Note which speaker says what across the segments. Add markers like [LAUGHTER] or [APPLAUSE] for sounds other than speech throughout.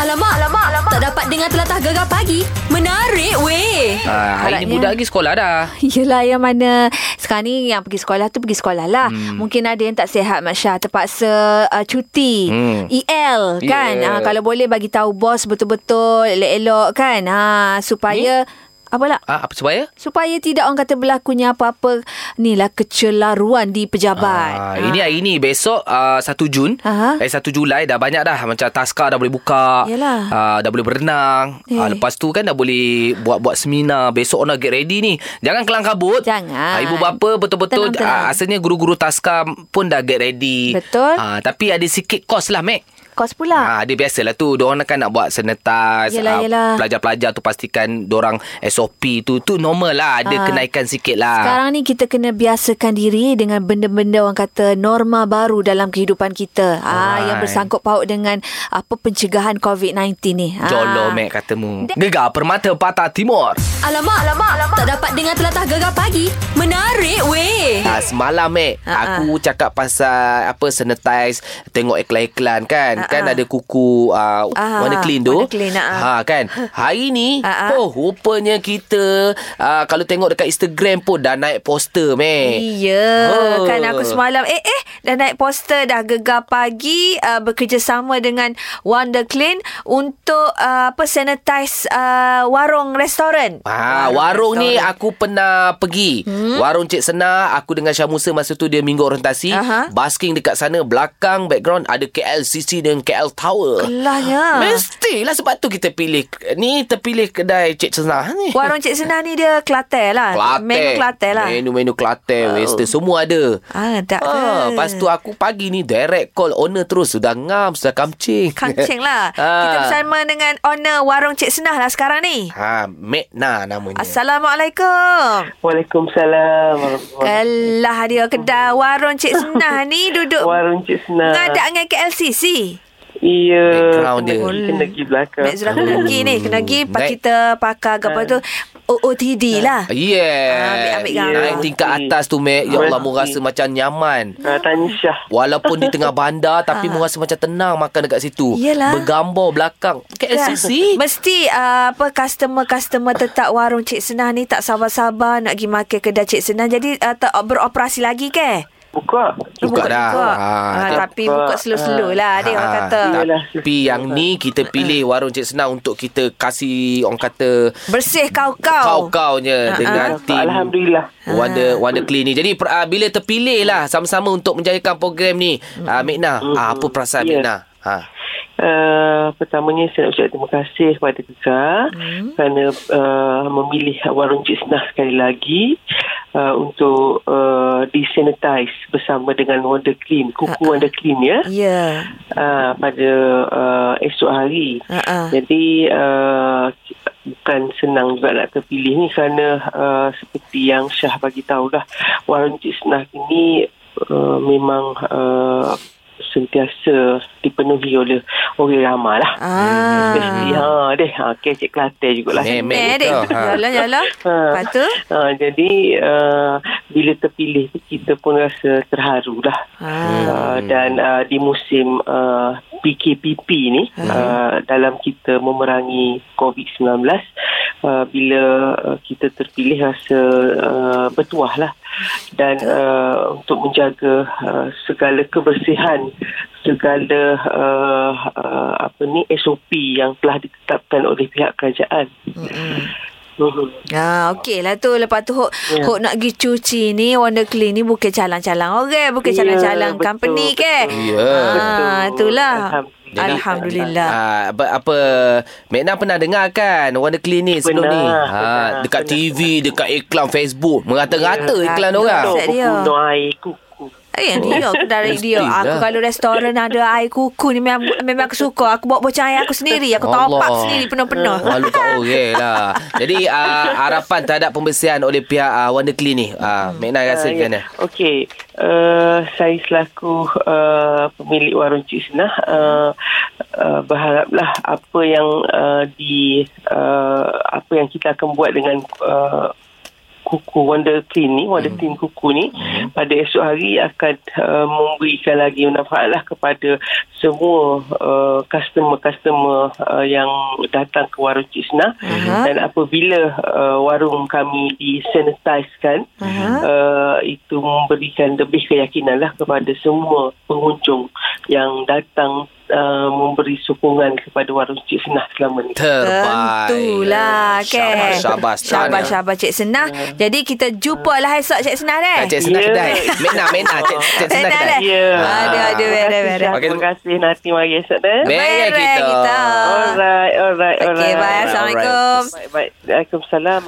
Speaker 1: Alamak, alamak, alamak. Tak dapat dengar telatah gegar pagi. Menarik weh.
Speaker 2: Ah, hari
Speaker 3: Harapnya-
Speaker 2: ni budak lagi sekolah dah.
Speaker 3: [LAUGHS] Yelah yang mana Sekarang ni yang pergi sekolah tu Pergi sekolah lah hmm. Mungkin ada yang tak sihat Masya Terpaksa uh, cuti hmm.
Speaker 2: Hmm.
Speaker 3: EL kan
Speaker 2: Yeah.
Speaker 3: yeah. Kalau boleh bagi tahu bos Betul-betul Elok-elok kan ha, Supaya Apa lah
Speaker 2: Ah, apa supaya?
Speaker 3: Supaya tidak orang kata berlakunya apa-apa Ni lah kecelaruan di pejabat
Speaker 2: Ah, ini hari ni besok uh, 1 Jun
Speaker 3: Aha.
Speaker 2: eh 1 Julai dah banyak dah macam taska dah boleh buka
Speaker 3: Yalah.
Speaker 2: Ah, dah boleh berenang
Speaker 3: Eh.
Speaker 2: Ah, lepas tu kan dah boleh buat-buat seminar besok nak get ready ni jangan kelang kabut
Speaker 3: Jangan.
Speaker 2: Ah, ibu bapa betul-betul
Speaker 3: Tenang-tenang.
Speaker 2: ah, asalnya guru-guru taska pun dah get ready
Speaker 3: Betul. Ah.
Speaker 2: Ah, tapi ada sikit kos lah Mac
Speaker 3: Kos pula
Speaker 2: Ha, dia biasalah tu. Diorang kan nak buat sanitize.
Speaker 3: Yelah,
Speaker 2: ah,
Speaker 3: yelah.
Speaker 2: Pelajar-pelajar tu pastikan diorang SOP tu. Tu normal lah. Ada
Speaker 3: Ah.
Speaker 2: kenaikan sikit lah.
Speaker 3: Sekarang ni kita kena biasakan diri dengan benda-benda orang kata norma baru dalam kehidupan kita. Ah
Speaker 2: Alright.
Speaker 3: yang bersangkut paut dengan apa pencegahan COVID-19 ni. Ah.
Speaker 2: Jolo, Mac katamu. Gegar Permata Patah Timur.
Speaker 1: Alamak, alamak, alamak. Tak dapat dengar telatah gegar pagi. Menarik weh.
Speaker 2: Ah, semalam Mac
Speaker 3: Ha, ha.
Speaker 2: Aku cakap pasal Apa sanitize Tengok iklan-iklan kan
Speaker 3: Ha,
Speaker 2: Kan
Speaker 3: ha.
Speaker 2: ada kuku uh,
Speaker 3: Ah,
Speaker 2: Warna clean tu
Speaker 3: warna clean, ha,
Speaker 2: ha,
Speaker 3: [LAUGHS]
Speaker 2: kan Hari ni
Speaker 3: Ha, ha.
Speaker 2: Oh rupanya kita uh, Kalau tengok dekat Instagram pun Dah naik poster Mac
Speaker 3: Iya, oh.
Speaker 2: Oh.
Speaker 3: kan aku semalam eh eh dah naik poster dah gegar pagi uh, bekerjasama dengan Wonder Clean untuk uh, apa sanitize uh, warung restoran.
Speaker 2: Ah, warung ni
Speaker 3: restoran.
Speaker 2: aku pernah pergi. Hmm? Warung Cik Sena, aku dengan Syah Musa masa tu dia minggu orientasi.
Speaker 3: Aha.
Speaker 2: Basking dekat sana, belakang background ada KLCC dan KL Tower.
Speaker 3: Kelahnya.
Speaker 2: Mestilah sebab tu kita pilih. Ni terpilih kedai Cik Sena ni.
Speaker 3: Warung Cik Senah ni dia Kelantan lah.
Speaker 2: Kelantan. Eh,
Speaker 3: Menu Kelantan lah.
Speaker 2: Menu-menu Kelantan,
Speaker 3: Oh.
Speaker 2: western, semua ada.
Speaker 3: Ah, tak
Speaker 2: Ah,
Speaker 3: ke?
Speaker 2: lepas tu aku pagi ni direct call owner terus. Sudah ngam, sudah kamcing. Ah.
Speaker 3: Kancing
Speaker 2: [LAUGHS]
Speaker 3: lah. Kita bersama dengan owner warung Cik Senah lah sekarang ni.
Speaker 2: Ha, Mekna namanya.
Speaker 3: Assalamualaikum.
Speaker 4: Waalaikumsalam.
Speaker 3: Kelah dia kedai warung Cik Senah Kan, ni duduk
Speaker 4: Warung Cik Senang.
Speaker 3: ngadak dengan KLCC.
Speaker 4: Iya.
Speaker 2: Background
Speaker 4: kena
Speaker 2: dia.
Speaker 4: pergi- Kena pergi belakang.
Speaker 3: Mek Zura kena pergi ni. Kena pergi pak
Speaker 2: Naik.
Speaker 3: kita pakar apa tu. OOTD lah.
Speaker 2: Yeah.
Speaker 3: Ah, ambil- ambil gambar.
Speaker 2: Naik tingkat
Speaker 4: Hmm.
Speaker 2: atas tu, Mac. Ya Allah, mu rasa macam nyaman.
Speaker 4: Ah, tanya Syah.
Speaker 2: Walaupun di tengah bandar tapi mu rasa macam tenang makan dekat situ.
Speaker 3: Ah. Yelah.
Speaker 2: Bergambar belakang. KLCC.
Speaker 3: Mesti uh, apa customer-customer tetap warung Cik Senah ni tak sabar-sabar nak pergi makan kedai Cik Senah. Jadi uh, tak beroperasi lagi ke?
Speaker 4: Buka.
Speaker 2: Buka dah.
Speaker 3: Buka.
Speaker 2: Ha,
Speaker 3: Ah,
Speaker 2: tak-
Speaker 3: tapi buka slow-slow lah dia orang
Speaker 2: Ah,
Speaker 3: kata. Ah.
Speaker 4: Yelah.
Speaker 2: Tapi yang ni kita pilih warung Cik Senang untuk kita kasih orang kata
Speaker 3: Bersih kau-kau. Ah,
Speaker 2: kau-kaunya dengan tim
Speaker 4: Alhamdulillah.
Speaker 2: Wonder Wonder Clean ni. Jadi per- ah, bila terpilih lah sama-sama untuk menjayakan program ni.
Speaker 3: Hmm.
Speaker 2: Ah, Mekna, ah, apa perasaan
Speaker 4: Ya.
Speaker 2: Mekna? Ha.
Speaker 4: Uh, pertamanya saya nak ucap terima kasih kepada Gegar hmm. kerana uh, memilih Warung Cik Senah sekali lagi uh, untuk uh, disanitize bersama dengan Wonder Clean,
Speaker 3: Ah,
Speaker 4: kuku Wonder Clean ya.
Speaker 3: Ya.
Speaker 4: uh, pada uh, esok hari.
Speaker 3: Ha-ha.
Speaker 4: Jadi uh, bukan senang juga nak terpilih ni kerana uh, seperti yang Syah bagi tahulah Warung Cik Senah ini uh, memang uh, sentiasa dipenuhi oleh orang ramai lah.
Speaker 3: Ah.
Speaker 4: Mesti ha deh ha kecek Kelantan jugalah.
Speaker 2: Mem- Mek
Speaker 3: Eh,
Speaker 2: dia
Speaker 3: dek.
Speaker 2: tahu, ha.
Speaker 3: Yalah, yalah. Lepas tu?
Speaker 4: Ha, jadi uh, bila terpilih tu kita pun rasa terharu lah.
Speaker 3: Ah. Hmm.
Speaker 2: Hmm.
Speaker 4: Uh, dan uh, di musim uh, PKPP ni uh, dalam kita memerangi COVID-19 uh, bila uh, kita terpilih rasa uh, bertuah lah dan uh, untuk menjaga uh, segala kebersihan segala uh, uh, apa ni SOP yang telah ditetapkan oleh pihak kerajaan. Mm-hmm.
Speaker 3: Ah, okey lah tu. Lepas tu, Hok,
Speaker 4: Ya.
Speaker 3: Hok nak pergi cuci ni, Wonder Clean ni bukan calang-calang orang, bukan
Speaker 4: Ya,
Speaker 3: calang-calang
Speaker 4: betul,
Speaker 3: company
Speaker 4: betul.
Speaker 3: ke?
Speaker 2: Ya.
Speaker 3: Ah,
Speaker 4: Betul.
Speaker 3: itulah.
Speaker 4: Alhamdulillah.
Speaker 3: Alhamdulillah.
Speaker 2: Ah, apa, apa Mekna pernah dengar kan Warna klinik sebelum
Speaker 4: Pernah,
Speaker 2: ni.
Speaker 4: pernah,
Speaker 2: Ha, dekat
Speaker 4: pernah.
Speaker 2: TV, dekat iklan Facebook, merata-rata
Speaker 3: Ya,
Speaker 2: iklan
Speaker 3: betul.
Speaker 2: orang.
Speaker 3: Set dia.
Speaker 4: Buku air kuku.
Speaker 3: Eh, yang dia aku dari dia.
Speaker 2: Mestilah.
Speaker 3: Aku kalau restoran ada air kuku ni memang, memang aku suka. Aku bawa bocah air aku sendiri. Aku top
Speaker 2: Allah.
Speaker 3: up sendiri penuh-penuh.
Speaker 4: Ah.
Speaker 2: Malu tak orang lah. Jadi uh, harapan terhadap pembersihan oleh pihak uh, Wonder Clean ni. Uh, Mekna rasa
Speaker 4: Ah,
Speaker 2: macam
Speaker 4: ya.
Speaker 2: mana?
Speaker 4: Okey, uh, saya selaku uh, pemilik warung Cik Senah uh, uh, berharaplah apa eh, yang uh, di uh, apa yang kita akan buat dengan uh, kuku Wonder Clean ni Wonder Clean kuku ni pada esok hari akan uh, memberikan lagi manfaat lah kepada semua uh, customer-customer uh, yang datang ke warung Cik Senah dan apabila uh, warung kami disanitizekan uh-huh. uh, itu memberikan lebih keyakinan lah kepada semua pengunjung yang datang uh, memberi sokongan kepada warung Cik Senah selama ni.
Speaker 2: Terbaik.
Speaker 3: Tentulah kan.
Speaker 2: Syabas, syabas.
Speaker 3: Syabas,
Speaker 2: Syabas,
Speaker 3: syabas Cik Senah.
Speaker 4: Hmm.
Speaker 3: Jadi kita jumpa lah esok Cik Senah deh.
Speaker 2: Cik Senah
Speaker 4: Ya.
Speaker 2: kedai. Mena, Mena. Cik, Cik Senah kedai.
Speaker 3: Senah,
Speaker 2: Ah.
Speaker 4: Ya. eh.
Speaker 3: Ada, ada, ada, ada.
Speaker 2: Okey.
Speaker 4: Terima kasih Nati Maya Esok dah.
Speaker 2: Baik. Merah kita.
Speaker 4: Alright, alright,
Speaker 3: Okey,
Speaker 4: alright.
Speaker 3: bye. Assalamualaikum.
Speaker 4: Baik, baik. Waalaikumsalam.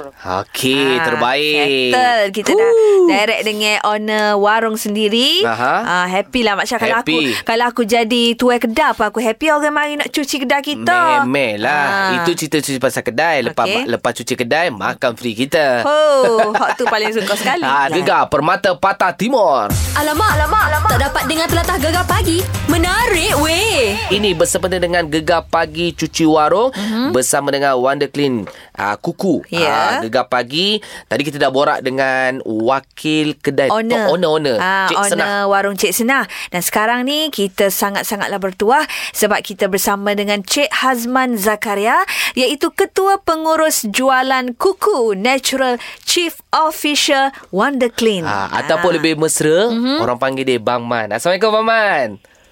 Speaker 2: Okey,
Speaker 3: Ah,
Speaker 2: terbaik.
Speaker 3: Settle Kita dah direct dengan owner warung sendiri
Speaker 2: Aha.
Speaker 3: ah, Happy lah Mak Syah Kalau aku
Speaker 2: Happy.
Speaker 3: Kalau aku jadi tuai kedai pun Aku happy orang mari nak cuci kedai kita
Speaker 2: Memel
Speaker 3: Ah.
Speaker 2: lah. Itu cerita-cerita pasal kedai. Lepas
Speaker 3: Okey.
Speaker 2: lepas cuci kedai, makan free kita.
Speaker 3: Oh, hak tu paling suka sekali.
Speaker 2: [LAUGHS] Ah, gegar Permata Patah Timur.
Speaker 1: Alamak, alamak, alamak. Tak dapat dengar telatah gegar pagi. Menarik weh.
Speaker 2: Ini bersempena dengan Gegar Pagi Cuci Warung mm-hmm. bersama dengan Wonder Clean uh, Kuku.
Speaker 3: Mhm. Ya.
Speaker 2: Ah, Gegar Pagi. Tadi kita dah borak dengan wakil kedai
Speaker 3: Owner
Speaker 2: owner-owner
Speaker 3: ah,
Speaker 2: Oh, Cik
Speaker 3: owner
Speaker 2: Senah.
Speaker 3: warung Cik Senah Dan sekarang ni Kita sangat-sangatlah bertuah Sebab kita bersama dengan Cik Hazman Zakaria Iaitu Ketua Pengurus Jualan Kuku Natural Chief Officer Wonder Clean Ah.
Speaker 2: Ha, ataupun lebih mesra
Speaker 3: Mhm.
Speaker 2: mm-hmm. orang panggil dia Bang Man. Assalamualaikum Bang Man.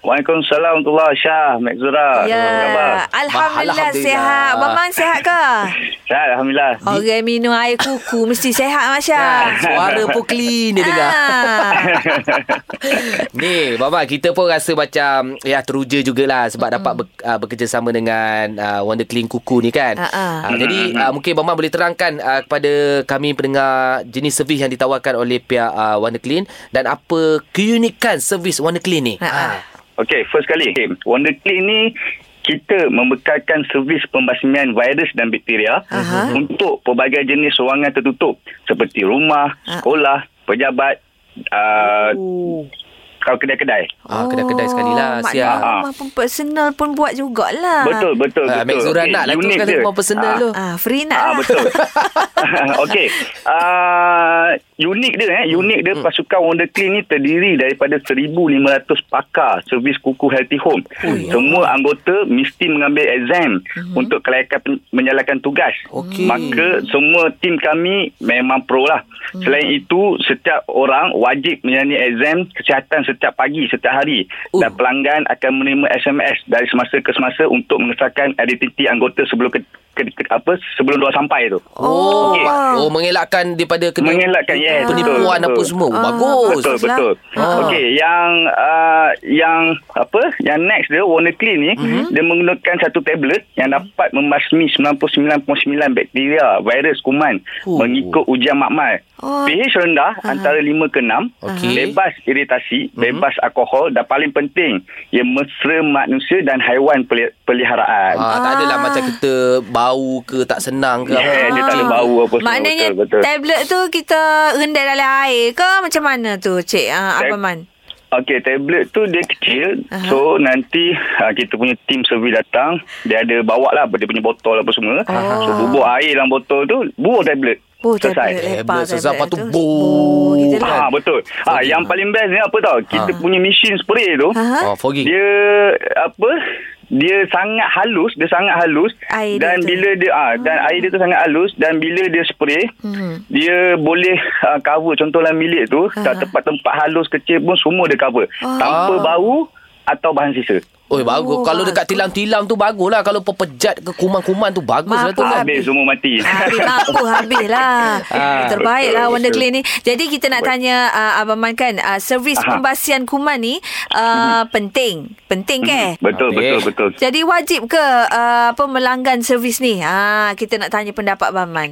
Speaker 5: Waalaikumsalam warahmatullahi Syah, Mek Zura.
Speaker 3: Ya,
Speaker 5: Apa khabar?
Speaker 3: Alhamdulillah
Speaker 2: Alhamdulillah.
Speaker 3: sihat. Abang Man sihat
Speaker 2: [LAUGHS]
Speaker 3: ke?
Speaker 5: Syah, Alhamdulillah.
Speaker 3: Orang minum air kuku mesti sihat
Speaker 2: Ah,
Speaker 3: Masya.
Speaker 2: suara pun clean dia dengar.
Speaker 3: Ah.
Speaker 2: Ni, Baba, kita pun rasa macam ya teruja jugalah sebab dapat ber, uh, bekerjasama dengan uh, Wonder Clean Kuku ni kan.
Speaker 3: Ah, ah.
Speaker 2: Uh, jadi uh, mungkin Baba boleh terangkan uh, kepada kami pendengar jenis servis yang ditawarkan oleh pihak uh, Wonder Clean dan apa keunikan servis Wonder Clean ni.
Speaker 3: Ah, ah.
Speaker 5: Okey, first kali. Okay. Wonder Clean ni kita membekalkan servis pembasmian virus dan bakteria
Speaker 3: Aha.
Speaker 5: untuk pelbagai jenis ruangan tertutup seperti rumah, sekolah, pejabat, uh, kau kedai-kedai.
Speaker 2: Ah, kedai-kedai sekali lah,
Speaker 3: Oh,
Speaker 2: siap.
Speaker 3: Maknanya rumah pun personal pun buat jugalah.
Speaker 5: Betul, Ah, betul,
Speaker 2: Ah,
Speaker 5: betul.
Speaker 2: Mek Zura
Speaker 5: Okey,
Speaker 2: nak lah tu
Speaker 5: unik
Speaker 2: kalau
Speaker 5: je.
Speaker 2: kau personal
Speaker 5: Ah,
Speaker 2: tu.
Speaker 3: Ah, free nak
Speaker 5: Ah
Speaker 3: lah.
Speaker 5: betul. [LAUGHS] Okey. Uh, unik dia eh. Unik dia pasukan Wonder Clean ni terdiri daripada 1500 pakar servis kuku healthy home. Semua anggota mesti mengambil exam untuk kelayakan pen- menjalankan tugas.
Speaker 2: Okey.
Speaker 5: Maka semua tim kami memang pro lah. Selain itu, setiap orang wajib menjalani exam kesihatan setiap pagi, setiap hari. Dan
Speaker 2: Uh.
Speaker 5: pelanggan akan menerima SMS dari semasa ke semasa untuk mengesahkan identiti anggota sebelum ke, ke, ke, apa sebelum dua sampai tu.
Speaker 2: Oh,
Speaker 5: Okey.
Speaker 2: oh mengelakkan daripada kena
Speaker 5: Mengelakkan, yes,
Speaker 2: penipuan
Speaker 5: betul,
Speaker 2: apa
Speaker 5: betul.
Speaker 2: semua.
Speaker 3: Ah,
Speaker 2: Bagus.
Speaker 5: Betul
Speaker 3: Ustaz.
Speaker 5: betul.
Speaker 2: Ah.
Speaker 5: Okey, yang uh, yang apa? Yang next dia Warner Clean ni mm-hmm.
Speaker 2: Mhm.
Speaker 5: dia menggunakan satu tablet yang dapat membasmi 99.9 bakteria, virus, kuman
Speaker 2: Oh.
Speaker 5: mengikut ujian makmal.
Speaker 3: Oh.
Speaker 5: pH rendah antara 5 ke 6,
Speaker 2: Okey. Mhm.
Speaker 5: bebas iritasi, bebas alkohol dan paling penting ia mesra manusia dan haiwan peli- peliharaan.
Speaker 2: Ah, tak adalah macam kita bau ke tak senang ke.
Speaker 5: Yeah, Eh, dia tak ada bau apa semua.
Speaker 3: Ah. Maknanya
Speaker 5: betul, betul.
Speaker 3: tablet tu kita rendai dalam air ke macam mana tu Cik ah,
Speaker 5: Tab-
Speaker 3: Abang Man?
Speaker 5: Okey, tablet tu dia kecil.
Speaker 3: Aha.
Speaker 5: So, nanti uh, kita punya tim survey datang. Dia ada bawa lah dia punya botol apa semua. So, bubur air dalam botol tu, buah tablet.
Speaker 3: Oh,
Speaker 5: Selesai.
Speaker 3: tablet lepas.
Speaker 2: Tablet selesai, lepas tu,
Speaker 3: tablet
Speaker 2: boom.
Speaker 3: Oh, gitu lah.
Speaker 5: eh? Ah betul. Ah yang paling best ni apa tau? Kita punya mesin spray tu.
Speaker 3: Ah. Aha.
Speaker 2: Oh, fogging.
Speaker 5: Dia apa? Dia sangat halus, dia sangat halus
Speaker 3: Air dia
Speaker 5: dan
Speaker 3: tu.
Speaker 5: bila dia ah dan air dia tu sangat halus dan bila dia spray
Speaker 3: Mhm.
Speaker 5: dia boleh ah, cover contoh dalam bilik tu
Speaker 3: Aha.
Speaker 5: kat tempat-tempat halus kecil pun semua dia cover
Speaker 3: Ah.
Speaker 5: tanpa bau atau bahan sisa.
Speaker 2: Oi,
Speaker 3: Oh,
Speaker 2: bagus. Kalau dekat
Speaker 3: bagus.
Speaker 2: tilam-tilam tu bagus lah. Kalau pepejat ke kuman-kuman tu bagus lah tu.
Speaker 3: Mampu habis.
Speaker 2: Kan?
Speaker 5: Ah, Habis semua mati.
Speaker 3: Ah, Habis mampu habis lah
Speaker 2: Ah,
Speaker 3: Terbaik lah
Speaker 5: betul,
Speaker 3: Wonder
Speaker 5: betul.
Speaker 3: Clean ni Jadi kita nak
Speaker 5: Betul.
Speaker 3: tanya uh, Abang Man kan uh, Servis
Speaker 5: Aha. Mhm.
Speaker 3: pembasian kuman ni uh, Penting Penting ke?
Speaker 5: [LAUGHS] Betul,
Speaker 2: Habis.
Speaker 5: betul, betul.
Speaker 3: Jadi wajib ke uh, apa melanggan servis ni? Ha, kita nak tanya pendapat Abang Man.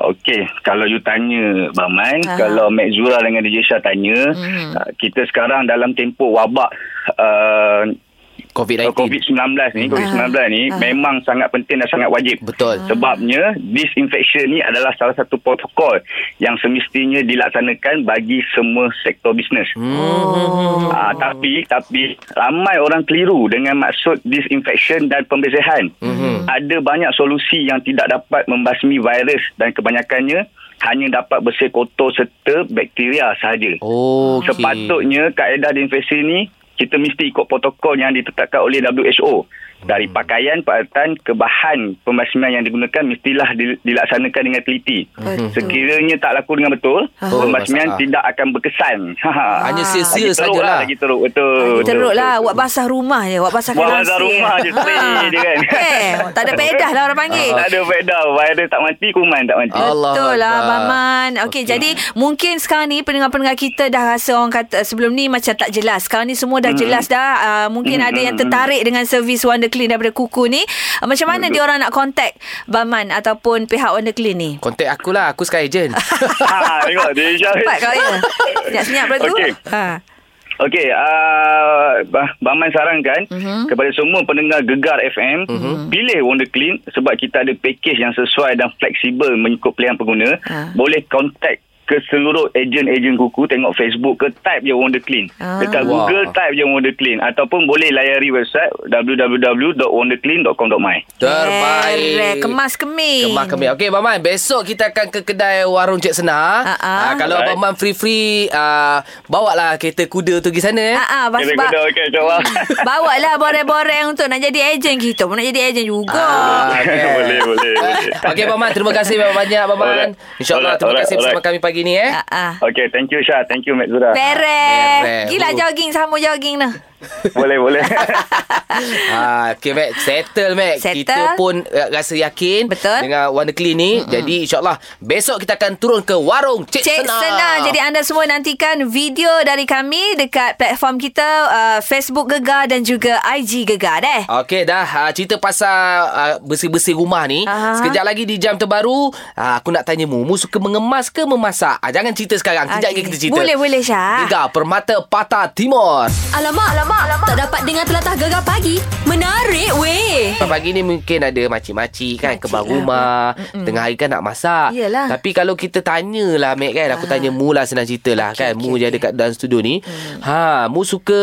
Speaker 5: Okey, kalau you tanya Bang Man,
Speaker 3: Aha.
Speaker 5: kalau Mek Zura dengan DJ Syah tanya, ah,
Speaker 3: Mhm.
Speaker 5: uh, kita sekarang dalam tempoh wabak uh,
Speaker 2: COVID-19.
Speaker 5: COVID-19 ni, COVID-19 ni memang sangat penting dan sangat wajib.
Speaker 2: Betul.
Speaker 3: Ah.
Speaker 5: Sebabnya disinfection ni adalah salah satu protokol yang semestinya dilaksanakan bagi semua sektor bisnes.
Speaker 2: Hmm.
Speaker 5: Ah, tapi tapi ramai orang keliru dengan maksud disinfection dan pembersihan. Mm-hmm. Ada banyak solusi yang tidak dapat membasmi virus dan kebanyakannya hanya dapat bersih kotor serta bakteria sahaja.
Speaker 2: Oh, okay.
Speaker 5: Sepatutnya kaedah disinfeksi ni kita mesti ikut protokol yang ditetapkan oleh WHO.
Speaker 3: Hmm.
Speaker 5: Dari pakaian, peralatan ke bahan pembasmian yang digunakan mestilah dil- dilaksanakan dengan teliti.
Speaker 3: Betul. Ha.
Speaker 5: Sekiranya tak laku dengan betul,
Speaker 2: Oh,
Speaker 5: pembasmian
Speaker 2: masalah.
Speaker 5: tidak akan berkesan.
Speaker 2: Hanya sia-sia
Speaker 5: Lagi teruk lah,
Speaker 2: sajalah.
Speaker 5: Lagi teruk, betul.
Speaker 3: Betul,
Speaker 5: betul,
Speaker 3: Teruk lah
Speaker 5: betul.
Speaker 3: Awak basah rumah je Awak basah
Speaker 5: Buat
Speaker 3: kelas
Speaker 5: bazar rumah je Stay je kan Ah,
Speaker 3: Eh Tak ada pedah lah orang panggil
Speaker 5: Tak ada faedah Virus tak mati Kuman tak mati
Speaker 2: Ah. Allah
Speaker 3: Betul lah
Speaker 2: Akbar.
Speaker 3: Maman Okey okay. jadi Mungkin sekarang ni Pendengar-pendengar kita Dah rasa orang kata eh, Sebelum ni macam tak jelas Sekarang ni semua dah
Speaker 5: Hmm.
Speaker 3: jelas dah uh, Mungkin ada yang tertarik Dengan servis Wonder Clean Daripada kuku ni uh, Macam mana dia orang nak contact Baman Ataupun pihak Wonder Clean ni
Speaker 2: Kontak akulah. Aku sekarang ejen.
Speaker 3: [LAUGHS]
Speaker 5: [LAUGHS] ha, Tengok dia Syah.
Speaker 3: Cepat kau ya Senyap-senyap lepas tu
Speaker 5: Okey.
Speaker 3: ha.
Speaker 5: Okey, uh, Baman sarankan uh-huh. kepada semua pendengar Gegar FM, uh-huh. pilih Wonder Clean sebab kita ada package yang sesuai dan fleksibel mengikut pilihan pengguna.
Speaker 3: Ah.
Speaker 5: Boleh contact ke seluruh ejen-ejen kuku tengok Facebook ke type je Wonder Clean.
Speaker 3: Ah.
Speaker 5: Dekat
Speaker 2: Wah.
Speaker 5: Google type je Wonder Clean ataupun boleh layari website www.wonderclean.com.my.
Speaker 2: Terbaik.
Speaker 3: Correct. Kemas kemin
Speaker 2: Kemah kemih. Okey, Abang Man. Besok kita akan ke kedai warung Cik Senar.
Speaker 3: Ha, ha.
Speaker 2: Ah, kalau
Speaker 5: Alright.
Speaker 2: Abang Man free-free, uh, bawalah kereta kuda tu pergi sana. eh.
Speaker 3: Ah, ah,
Speaker 5: Kita
Speaker 3: sebab
Speaker 5: kena okey
Speaker 3: [LAUGHS]
Speaker 5: insyaAllah.
Speaker 3: Bawa lah boreng-boreng untuk nak jadi ejen kita pun nak jadi ejen juga.
Speaker 2: Ah, okey.
Speaker 5: [LAUGHS] boleh, boleh, boleh.
Speaker 2: Okey, Abang Man. Terima kasih banyak-banyak, Abang Man.
Speaker 5: Alright.
Speaker 2: InsyaAllah,
Speaker 5: Alright,
Speaker 2: terima
Speaker 5: alright,
Speaker 2: kasih bersama kami pagi ni. eh.
Speaker 3: Ah. ah.
Speaker 5: Okay, thank you Syah. Thank you Mat Zura.
Speaker 2: Perek.
Speaker 3: Perek. Gila
Speaker 2: Uh.
Speaker 3: jogging sama jogging lah.
Speaker 5: boleh, boleh.
Speaker 2: Ah, okay, Mac. Settle, Mac.
Speaker 3: Settle.
Speaker 2: Kita pun uh, rasa yakin
Speaker 3: Betul.
Speaker 2: dengan Wonder Clean ni. Mm-hmm. Jadi, insyaAllah, besok kita akan turun ke warung Cik,
Speaker 3: Cik
Speaker 2: Senar.
Speaker 3: Senar. Jadi anda semua nantikan video dari kami dekat platform kita uh, Facebook Gegar dan juga IG Gegar deh.
Speaker 2: Okey dah uh, cerita pasal uh, bersih-bersih rumah ni.
Speaker 3: Aha.
Speaker 2: Sekejap lagi di jam terbaru uh, aku nak tanya mu, mu suka mengemas ke memasak? Uh, jangan cerita sekarang. Kejap lagi
Speaker 3: Okey.
Speaker 2: kita cerita.
Speaker 3: Boleh, boleh, Syah.
Speaker 2: Gegar Permata Patah Timur.
Speaker 1: Alamak, alamak, alamak. Tak dapat dengar telatah gegar pagi. Menarik weh.
Speaker 2: Pagi ni mungkin ada makcik-makcik kan
Speaker 3: Makcik
Speaker 2: kebar
Speaker 3: lah.
Speaker 2: rumah, tengah hari kan nak masak.
Speaker 3: Yelah.
Speaker 2: Tapi kalau kita tanyalah Mek kan, aku tanya mu lah senang cerita lah
Speaker 3: Ah. Okey,
Speaker 2: kan. mu
Speaker 3: okey, Mm.
Speaker 2: je dekat dalam studio ni. Ha, mu suka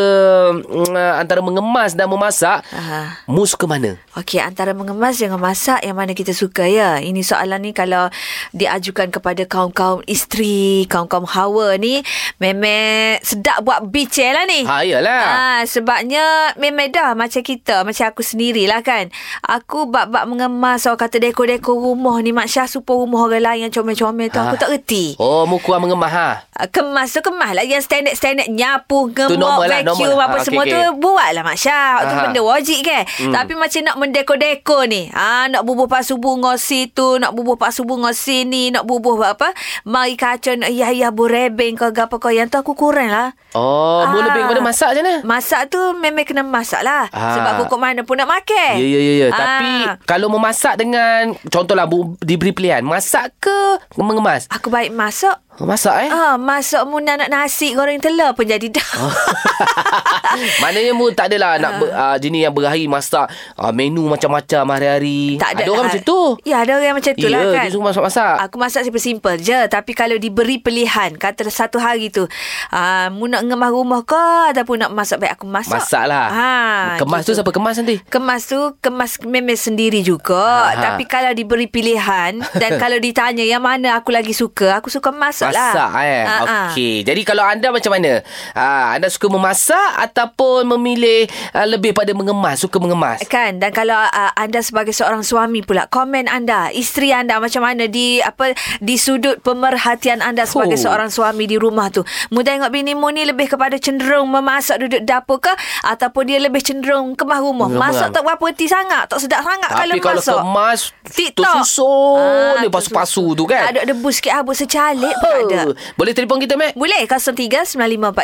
Speaker 2: mm, antara mengemas dan memasak.
Speaker 3: Aha.
Speaker 2: Mu suka mana?
Speaker 3: Okey, antara mengemas dengan masak yang mana kita suka ya. Ini soalan ni kalau diajukan kepada kaum-kaum isteri, kaum-kaum hawa ni memang sedap buat bicel lah ni.
Speaker 2: Ha, iyalah.
Speaker 3: Ah, sebabnya memang dah macam kita, macam aku sendirilah kan. Aku bab-bab mengemas orang kata dekor-dekor rumah ni Mak Syah supaya rumah orang lain yang comel-comel tu
Speaker 2: Ah.
Speaker 3: aku tak reti.
Speaker 2: Oh, mu kurang mengemas ha.
Speaker 3: Ah, Kemas tu kemas lah Yang standard-standard Nyapu,
Speaker 2: normal
Speaker 3: gemuk,
Speaker 2: lah,
Speaker 3: vacuum
Speaker 2: normal.
Speaker 3: Apa
Speaker 2: Ah, okey,
Speaker 3: semua
Speaker 2: okey.
Speaker 3: tu Buat lah Mak Syah Tu
Speaker 2: Aha.
Speaker 3: benda wajib kan hmm. Tapi macam nak mendekor-dekor ni ha, Nak bubuh pasu bunga situ Nak bubuh pasu bunga sini Nak bubuh apa Mari kacau Nak yah-yah burebeng Kau apa kau Yang tu aku kurang lah
Speaker 2: Oh, mu
Speaker 3: Ah.
Speaker 2: lebih kepada masak je lah. nah.
Speaker 3: Masak tu memang kena masak lah
Speaker 2: Ah.
Speaker 3: Sebab pokok mana pun nak makan
Speaker 2: Ya, ya, ya. ya.
Speaker 3: Ah.
Speaker 2: Tapi kalau memasak dengan... Contohlah, bu, diberi pilihan. Masak ke mengemas?
Speaker 3: Aku baik masak
Speaker 2: Masak eh?
Speaker 3: Ah, masak muna nak nasi goreng telur pun jadi dah.
Speaker 2: Ah.
Speaker 3: [LAUGHS]
Speaker 2: [LAUGHS] Maknanya mu tak
Speaker 3: Ha.
Speaker 2: adalah nak ber, uh, jenis yang berhari masak uh, menu macam-macam hari-hari. ada orang macam tu.
Speaker 3: Ya, ada orang macam tu
Speaker 2: Ya,
Speaker 3: lah kan.
Speaker 2: dia suka masak-masak.
Speaker 3: Aku masak simple-simple je. Tapi kalau diberi pilihan, kata satu hari tu, ah, mu nak ngemah rumah ke ataupun nak masak, baik aku masak.
Speaker 2: Masak lah.
Speaker 3: Ha,
Speaker 2: kemas tu siapa kemas nanti?
Speaker 3: Kemas tu kemas memang sendiri juga
Speaker 2: Aha.
Speaker 3: Tapi kalau diberi pilihan
Speaker 2: [LAUGHS]
Speaker 3: Dan kalau ditanya yang mana aku lagi suka Aku suka masak, lah
Speaker 2: Masak eh.
Speaker 3: Ha, ha.
Speaker 2: Okey. Jadi kalau anda macam mana? Uh, anda suka memasak ataupun memilih uh, lebih pada mengemas, suka mengemas?
Speaker 3: Kan dan kalau uh, anda sebagai seorang suami pula komen anda isteri anda macam mana di apa di sudut pemerhatian anda sebagai
Speaker 2: Oh.
Speaker 3: seorang suami di rumah tu. Mu tengok bini mu ni lebih kepada cenderung memasak duduk dapur ke ataupun dia lebih cenderung kemah rumah.
Speaker 2: Kemah.
Speaker 3: Masak tak berapa hati sangat, tak sedap sangat
Speaker 2: Tapi
Speaker 3: kalau
Speaker 2: kalau
Speaker 3: masak.
Speaker 2: kemas
Speaker 3: TikTok.
Speaker 2: tersusun
Speaker 3: Ah,
Speaker 2: dia pasu-pasu
Speaker 3: tersusun.
Speaker 2: tu kan. Oh.
Speaker 3: Tak ada debu sikit habuk secalik ah, pun ada.
Speaker 2: Boleh telefon kita, Mac?
Speaker 3: Boleh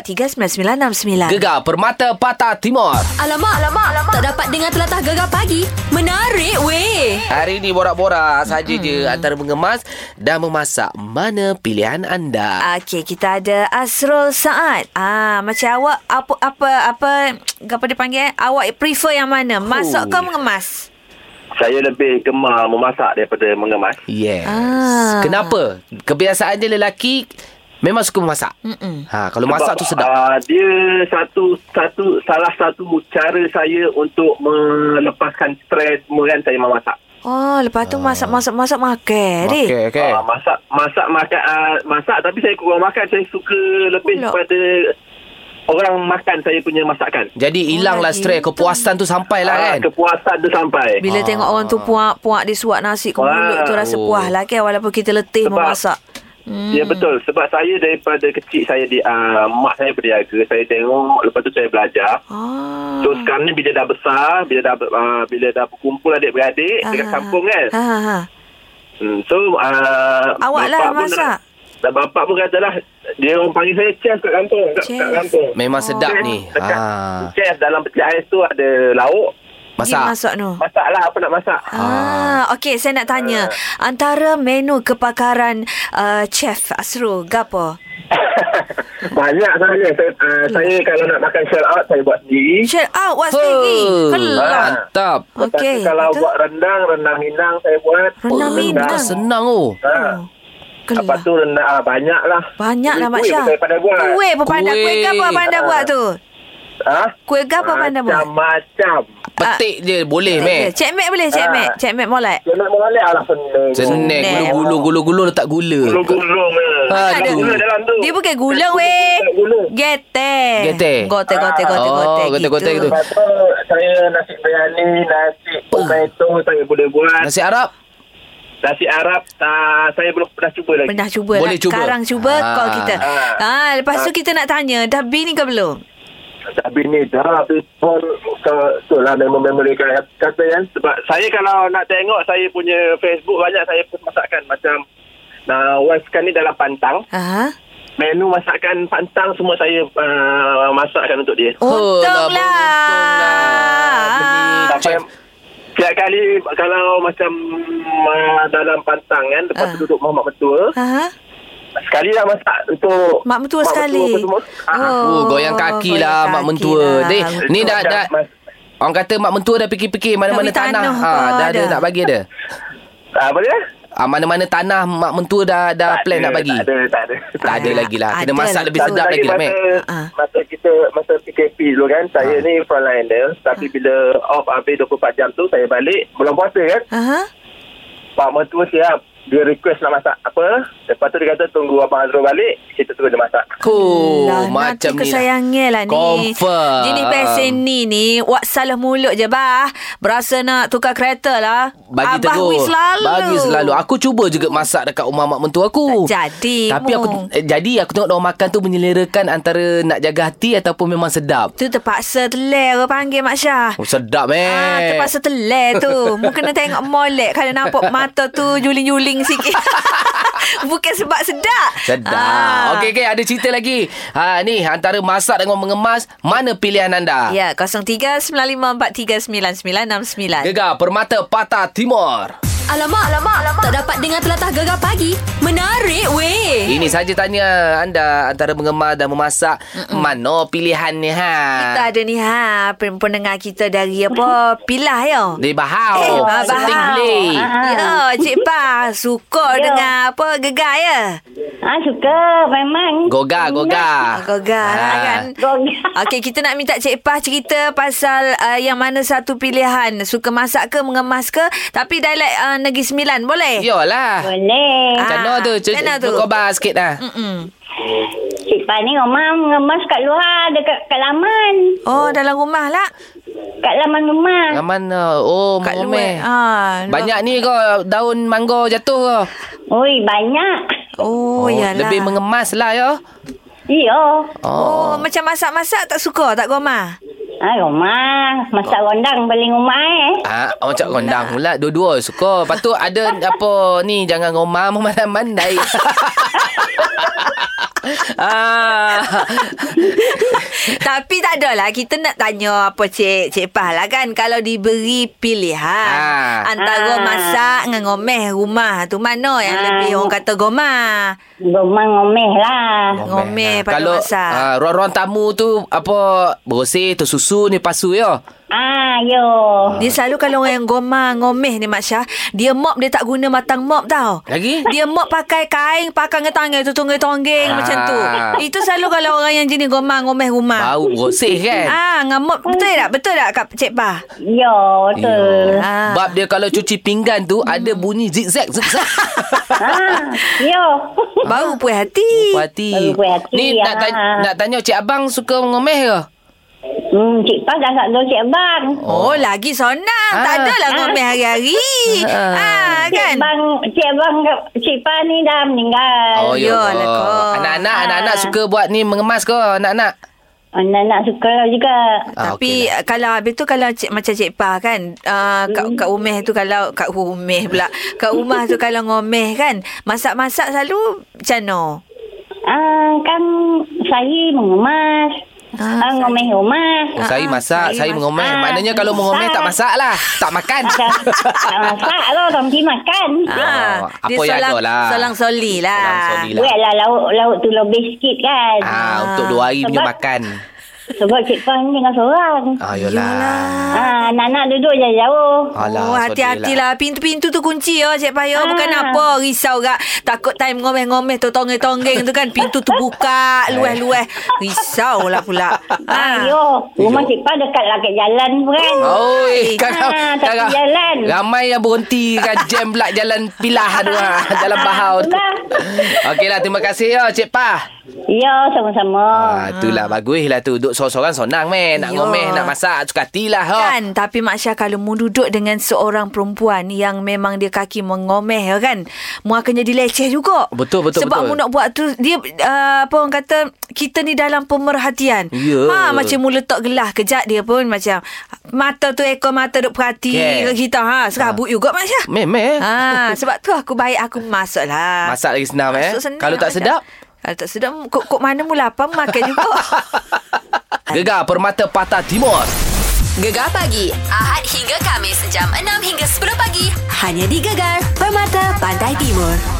Speaker 3: 03-9543-9969.
Speaker 2: Gegar Permata Patah Timur.
Speaker 6: Alamak, alamak, alamak. Tak dapat dengar telatah gegar pagi. Menarik weh.
Speaker 2: Hari ni borak-borak saja je antara mengemas dan memasak. Mana pilihan anda?
Speaker 3: Okey, kita ada Asrul Saad. Ah, macam awak apa apa apa apa dia panggil eh? Awak prefer yang mana? Masak ke mengemas?
Speaker 4: Saya lebih gemar memasak daripada mengemas.
Speaker 2: Yes.
Speaker 3: Ah.
Speaker 2: Kenapa? Kebiasaan dia lelaki memang suka memasak.
Speaker 3: Mm-mm.
Speaker 2: Ha, kalau masak tu sedap.
Speaker 4: Uh, dia satu satu salah satu cara saya untuk melepaskan stres semua kan saya memasak.
Speaker 3: Oh, lepas tu
Speaker 4: Ah.
Speaker 3: masak-masak-masak makan. Makan.
Speaker 2: Okey, okey.
Speaker 4: Uh, masak masak makan uh, masak tapi saya kurang makan saya suka lebih
Speaker 3: Pula.
Speaker 4: kepada orang makan saya punya masakan.
Speaker 2: Jadi hilanglah
Speaker 3: lagi
Speaker 2: stres. Kepuasan tu sampailah
Speaker 4: Ah,
Speaker 2: kan?
Speaker 4: kepuasan tu sampai.
Speaker 3: Bila
Speaker 2: Ah.
Speaker 3: tengok orang tu puak-puak dia suap nasi ke mulut tu rasa
Speaker 2: Wow.
Speaker 3: puas lah kan walaupun kita letih
Speaker 4: Sebab-
Speaker 3: memasak.
Speaker 4: Hmm. Ya betul sebab saya daripada kecil saya di uh, mak saya berniaga saya tengok lepas tu saya belajar
Speaker 3: Ah.
Speaker 4: So sekarang ni bila dah besar, bila dah uh, bila dah berkumpul adik-beradik dekat kampung kan.
Speaker 3: Ha, ha, ha.
Speaker 4: Hmm, so uh,
Speaker 3: Awak lah
Speaker 4: bapak pun
Speaker 3: masak.
Speaker 4: Dah, dah bapak pun kata lah dia orang panggil saya chef kat kampung, kat,
Speaker 3: Chef.
Speaker 4: kat kampung.
Speaker 2: Memang sedap
Speaker 4: Oh,
Speaker 2: ni.
Speaker 4: Dekat,
Speaker 2: Ha.
Speaker 4: Chef dalam peti ais tu ada lauk.
Speaker 3: Masak.
Speaker 2: Masak.
Speaker 3: masak tu.
Speaker 4: Masaklah apa nak
Speaker 3: [LAUGHS]
Speaker 4: masak.
Speaker 3: Ah, okey saya nak tanya
Speaker 4: Ah.
Speaker 3: antara menu kepakaran uh, chef Asrul gapo?
Speaker 4: Banyak sebenarnya. Saya, uh, saya kalau nak makan shell out saya buat sendiri.
Speaker 3: Share Hmm. out what's
Speaker 2: Huh.
Speaker 3: tinggi. Kelah.
Speaker 2: Mantap.
Speaker 3: Okey.
Speaker 4: Tapi Ah, kalau
Speaker 3: betul?
Speaker 4: buat rendang, rendang minang saya buat.
Speaker 3: Rendang minang.
Speaker 2: Senang oh.
Speaker 4: Ha.
Speaker 3: Kelah.
Speaker 4: Lepas tu rendang ah, banyak lah.
Speaker 3: Banyak lah Mak
Speaker 4: Kuih
Speaker 3: Syah.
Speaker 4: pun saya pandai buat.
Speaker 3: Kuih pun pandai. Kuih
Speaker 2: Kuih.
Speaker 3: gapo pandai buat tu?
Speaker 4: Ha?
Speaker 3: Kuih gapo pandai buat?
Speaker 4: Macam-macam.
Speaker 2: Petik je boleh,
Speaker 3: Okey,
Speaker 2: Mac.
Speaker 3: Cik Mac boleh Cik
Speaker 4: Ah.
Speaker 3: Mac? Cik Mac molek?
Speaker 4: Dia nak lah molek alah senang.
Speaker 2: Senek gulung-gulung gulung-gulung letak gula.
Speaker 4: Gulung-gulung je.
Speaker 2: Ah,
Speaker 4: Ada
Speaker 2: aduh.
Speaker 4: gula dalam tu.
Speaker 3: Dia eh. bukan gula weh.
Speaker 4: Tak gula.
Speaker 3: Geteh.
Speaker 2: Geteh.
Speaker 3: Gote gote
Speaker 4: Ah.
Speaker 3: gote
Speaker 2: Oh,
Speaker 3: gote.
Speaker 2: gotek, gotek gitu.
Speaker 4: Lepas tu, saya nasi biryani, nasi tomato saya boleh buat.
Speaker 2: Nasi Arab
Speaker 4: Nasi Arab, ah, saya belum pernah cuba lagi.
Speaker 3: Pernah cuba
Speaker 2: Boleh
Speaker 3: lah.
Speaker 2: cuba.
Speaker 3: Sekarang cuba
Speaker 2: Ah.
Speaker 3: call kita.
Speaker 4: Ah.
Speaker 3: Ah, lepas tu kita nak tanya dah bini ke belum?
Speaker 4: Tapi ni dah habis pun so, so lah memori kata kan sebab saya kalau nak tengok saya punya Facebook banyak saya pun masakan macam nah wife sekarang ni dalam pantang
Speaker 3: Ah.
Speaker 4: menu masakan pantang semua saya uh, masakkan untuk dia
Speaker 2: Oh, lah,
Speaker 3: Untunglah.
Speaker 2: beruntunglah.
Speaker 4: Sampai
Speaker 2: Ah, Chef.
Speaker 4: Tiap kali kalau macam uh, dalam pantang kan lepas
Speaker 3: Ah.
Speaker 4: tu duduk dengan mak mertua
Speaker 3: Ah.
Speaker 4: sekali lah masak untuk
Speaker 3: Mak mentua sekali.
Speaker 4: apa semua. Ah.
Speaker 2: Oh, goyang kaki lah mak mentua. Dek, Ni dah-
Speaker 4: Macam
Speaker 2: dah-
Speaker 4: mas-
Speaker 2: Orang kata mak mentua dah fikir-fikir mana-mana
Speaker 3: Nak beli
Speaker 2: tanah.
Speaker 3: tanah
Speaker 2: Ha,
Speaker 3: ke
Speaker 2: dah ada
Speaker 3: ada?
Speaker 2: nak bagi ada.
Speaker 4: ah, apa dia?
Speaker 2: Ah, mana-mana tanah mak mentua dah dah
Speaker 4: Tak
Speaker 2: Ah, plan
Speaker 4: ada,
Speaker 2: nak bagi.
Speaker 4: Tak ada, tak ada.
Speaker 2: Tak ada lagi lah. Kena
Speaker 3: Ada
Speaker 2: masak
Speaker 3: lah.
Speaker 2: lebih sedap
Speaker 4: Tapi
Speaker 2: lagi lah, Mac.
Speaker 4: masa,
Speaker 3: Ah.
Speaker 4: masa kita masa PKP dulu kan saya
Speaker 2: Ah.
Speaker 4: ni frontliner tapi
Speaker 3: Ah.
Speaker 4: bila off habis 24 jam tu saya balik bulan puasa kan
Speaker 3: Ah.
Speaker 4: pak mertua siap dia request nak masak apa lepas tu dia kata tunggu abang Azrul balik kita terus dia masak
Speaker 2: Cool.
Speaker 3: Lah,
Speaker 2: macam
Speaker 3: nanti
Speaker 2: ni lah.
Speaker 3: kesayangnya lah ni.
Speaker 2: Confirm.
Speaker 3: Jenis pesen ni ni, wak salah mulut je bah. Berasa nak tukar kereta lah.
Speaker 2: Bagi
Speaker 3: Abah
Speaker 2: tegur.
Speaker 3: wis selalu.
Speaker 2: Bagi selalu. Aku cuba juga masak dekat rumah mak mentua
Speaker 3: Tak
Speaker 2: aku.
Speaker 3: jadi,
Speaker 2: Tapi aku
Speaker 3: Mung.
Speaker 2: eh, jadi aku tengok dia orang makan tu menyelerkan antara nak jaga hati ataupun memang sedap.
Speaker 3: Tu terpaksa teler orang panggil Mak Syah.
Speaker 2: Oh, sedap eh.
Speaker 3: Ah, terpaksa teler tu. Mu kena tengok molek kalau nampak mata tu juling-juling
Speaker 2: [LAUGHS]
Speaker 3: sikit. [LAUGHS] Bukan sebab sedap.
Speaker 2: Sedap.
Speaker 3: Ah.
Speaker 2: Okey okey ada cerita lagi. Ha ni antara masak dengan mengemas, mana pilihan anda?
Speaker 3: Ya, 0395439969.
Speaker 2: Gegar Permata Patah Timur.
Speaker 6: Alamak, alamak, alamak. Tak dapat dengar telatah gegar pagi. Menarik
Speaker 3: Eh.
Speaker 6: weh.
Speaker 2: Ini saja tanya anda antara mengemas dan memasak, Mm-mm. mana pilihannya ha?
Speaker 3: Kita ada ni ha pen- pendengar kita dari apa Pilah ya.
Speaker 2: Di Bahau.
Speaker 3: Eh, Bahau.
Speaker 2: Oh, Seting Beli.
Speaker 3: Ya, Cik Pa suka
Speaker 7: Ya.
Speaker 3: dengan apa gegar ya.
Speaker 7: Ah suka memang.
Speaker 2: Goga, goga.
Speaker 3: Gegar lah
Speaker 2: Ah.
Speaker 3: kan.
Speaker 7: Goga.
Speaker 3: Okey, kita nak minta Cik Pah cerita pasal uh, yang mana satu pilihan. Suka masak ke, mengemas ke? Tapi dialek uh, Negeri Sembilan, boleh?
Speaker 2: Ya. Yolah.
Speaker 7: Boleh.
Speaker 2: Macam
Speaker 3: Ah,
Speaker 2: mana tu?
Speaker 3: macam
Speaker 2: Cik,
Speaker 3: Eh. mana tu? Mm.
Speaker 2: Berkobar sikit lah.
Speaker 3: Mm-mm.
Speaker 7: Cik Pa ni rumah mengemas kat luar dekat kat laman.
Speaker 3: Oh, dalam rumah lah.
Speaker 7: Kat laman rumah.
Speaker 2: Yang mana? Oh,
Speaker 3: Kat
Speaker 2: Mak
Speaker 3: luar.
Speaker 2: Omeh.
Speaker 3: Ah, luar.
Speaker 2: Banyak ni kau daun mangga jatuh kau.
Speaker 7: Oi banyak.
Speaker 3: Oh, oh yalah.
Speaker 2: Lebih mengemas lah ya.
Speaker 7: Iyo.
Speaker 3: Oh, macam masak-masak tak suka tak Goma?
Speaker 2: [LAUGHS]
Speaker 7: Ah rumah masak rondang beli rumah eh.
Speaker 2: Ah, orang cakap kondang pula Dua-dua suka Lepas tu ada apa ni Jangan ngomam Memandai-mandai [LAUGHS] ah.
Speaker 3: Tapi tak adalah Kita nak tanya Apa Cik Cik Pah lah kan Kalau diberi pilihan
Speaker 2: Ah.
Speaker 3: Antara
Speaker 7: Ah.
Speaker 3: masak Dengan ngomeh rumah Tu mana yang
Speaker 7: Ah.
Speaker 3: lebih Orang kata gomah
Speaker 7: Gomang ngomeh lah.
Speaker 3: Ngomel pada
Speaker 2: Kalau
Speaker 3: masak.
Speaker 2: ah, ruang-ruang tamu tu apa bersih tersusun ni pasu ya.
Speaker 7: Ah, yo.
Speaker 3: Dia selalu kalau orang yang gomah Ngomeh ni Mak Syah Dia mop dia tak guna matang mop tau
Speaker 2: Lagi?
Speaker 3: Dia mop pakai kain Pakai dengan tangan tu Tonggeng-tonggeng
Speaker 2: Eh? Ah.
Speaker 3: macam tu Itu selalu kalau orang yang jenis gomah Ngomeh rumah
Speaker 2: Bau bersih kan.
Speaker 3: Ah, ngamop betul tak? Betul tak Kak Cik Pah?
Speaker 7: Yo, betul.
Speaker 3: Ah.
Speaker 2: Ya.
Speaker 3: Hmm.
Speaker 2: Bab dia kalau cuci pinggan tu ada bunyi zigzag
Speaker 3: [LAUGHS]
Speaker 2: zigzag.
Speaker 7: Ah, yo. [LAUGHS]
Speaker 2: Ah.
Speaker 3: Baru puas hati.
Speaker 2: Puati.
Speaker 7: Baru puas hati,
Speaker 2: Ni nak
Speaker 7: ah.
Speaker 2: tanya, nak tanya cik abang suka ngomeh ke?
Speaker 7: Hmm, Cik Pah dah agak gosip bang.
Speaker 3: Oh, lagi sonang.
Speaker 2: Ah.
Speaker 3: Tak adalah ngomel hari-hari. Ah,
Speaker 7: Cik
Speaker 3: kan?
Speaker 7: Bang, Cik Bang, Cik Pah ni dah meninggal.
Speaker 2: Oh, ya.
Speaker 3: Yolah kau.
Speaker 2: Anak-anak
Speaker 7: Ah.
Speaker 2: anak-anak suka buat ni mengemas ke anak-anak?
Speaker 7: Anak-anak suka juga.
Speaker 2: Ah,
Speaker 3: Tapi
Speaker 2: okey
Speaker 3: okay kalau habis tu kalau cik, macam Cik Pa kan uh, kat, kat rumah tu kalau kat rumah pula kat rumah tu kalau ngomeh kan masak-masak selalu macam no.
Speaker 7: Ah, kan saya mengemas.
Speaker 3: Ah,
Speaker 7: Ah, ngomeh rumah. [LAUGHS]
Speaker 2: Oh, saya
Speaker 3: Ah,
Speaker 2: masak,
Speaker 3: saya
Speaker 2: saya mengomel.
Speaker 7: masak.
Speaker 2: Maknanya kalau mengomel tak masak lah. Tak [LAUGHS] makan.
Speaker 7: Dah- Tak masak lah, orang pergi makan.
Speaker 3: Ah,
Speaker 2: Oh, apa yang
Speaker 3: solang,
Speaker 2: ada lah.
Speaker 3: Solang soli lah.
Speaker 2: Solang soli lah.
Speaker 7: Buatlah lauk-lauk tu lauk biskit kan.
Speaker 2: Ah, untuk dua hari punya
Speaker 7: Sebab-
Speaker 2: makan.
Speaker 7: Sebab Cik Pah ni tinggal seorang.
Speaker 2: Ah, yolah.
Speaker 7: Ah, anak-anak duduk jauh-jauh.
Speaker 2: Alah, lah.
Speaker 3: oh, hati-hatilah. Pintu-pintu tu kunci ya, Cik Payah. Bukan
Speaker 7: Ah.
Speaker 3: apa. Risau gak. Takut time ngomeh-ngomeh tu tonggeng-tonggeng tu kan. Pintu tu
Speaker 2: [LAUGHS]
Speaker 3: buka.
Speaker 2: Eh.
Speaker 3: Lueh-lueh. Risau lah pula. Ha.
Speaker 7: Ah, yo, rumah Cik Pah dekat lah kat jalan pun kan.
Speaker 2: Oh,
Speaker 3: Ah,
Speaker 2: eh, kadang,
Speaker 7: tapi
Speaker 2: kadang-
Speaker 7: jalan.
Speaker 2: Ramai yang berhenti kan [LAUGHS] jam pula jalan pilahan tu [LAUGHS] ah, jalan bahau tu.
Speaker 7: Itulah.
Speaker 2: Okeylah, terima kasih ya Cik Pah.
Speaker 7: Yo, sama-sama.
Speaker 2: Ah, itulah bagus lah tu. Duduk sorang-sorang senang meh. Nak
Speaker 3: Ya.
Speaker 2: ngomel, nak masak suka hatilah ha.
Speaker 3: Kan Tapi Mak Syah Kalau mu duduk dengan seorang perempuan Yang memang dia kaki mengomeh ya kan Mu akan jadi leceh juga
Speaker 2: Betul, betul,
Speaker 3: Sebab
Speaker 2: betul.
Speaker 3: mu nak buat tu Dia uh, Apa orang kata Kita ni dalam pemerhatian
Speaker 2: Ya.
Speaker 3: ha, Macam mu letak gelas Kejap dia pun macam Mata tu ekor mata Duk perhati
Speaker 2: Kan.
Speaker 3: yeah. Kita ha, Serabut ha. juga Mak Syah
Speaker 2: Meh meh.
Speaker 3: ha, Sebab tu aku baik Aku masak lah
Speaker 2: Eh. Masak lagi senang eh.
Speaker 3: Masak senang,
Speaker 2: Kalau tak
Speaker 3: Mak Syah.
Speaker 2: sedap,
Speaker 3: Kalau tak sedap Kok, kok mana mu lapar Makan
Speaker 2: [LAUGHS]
Speaker 3: juga
Speaker 2: gegar permata patah timur.
Speaker 1: Gegar pagi Ahad hingga Kamis jam 6 hingga 10 pagi hanya di Gegar Permata Pantai Timur.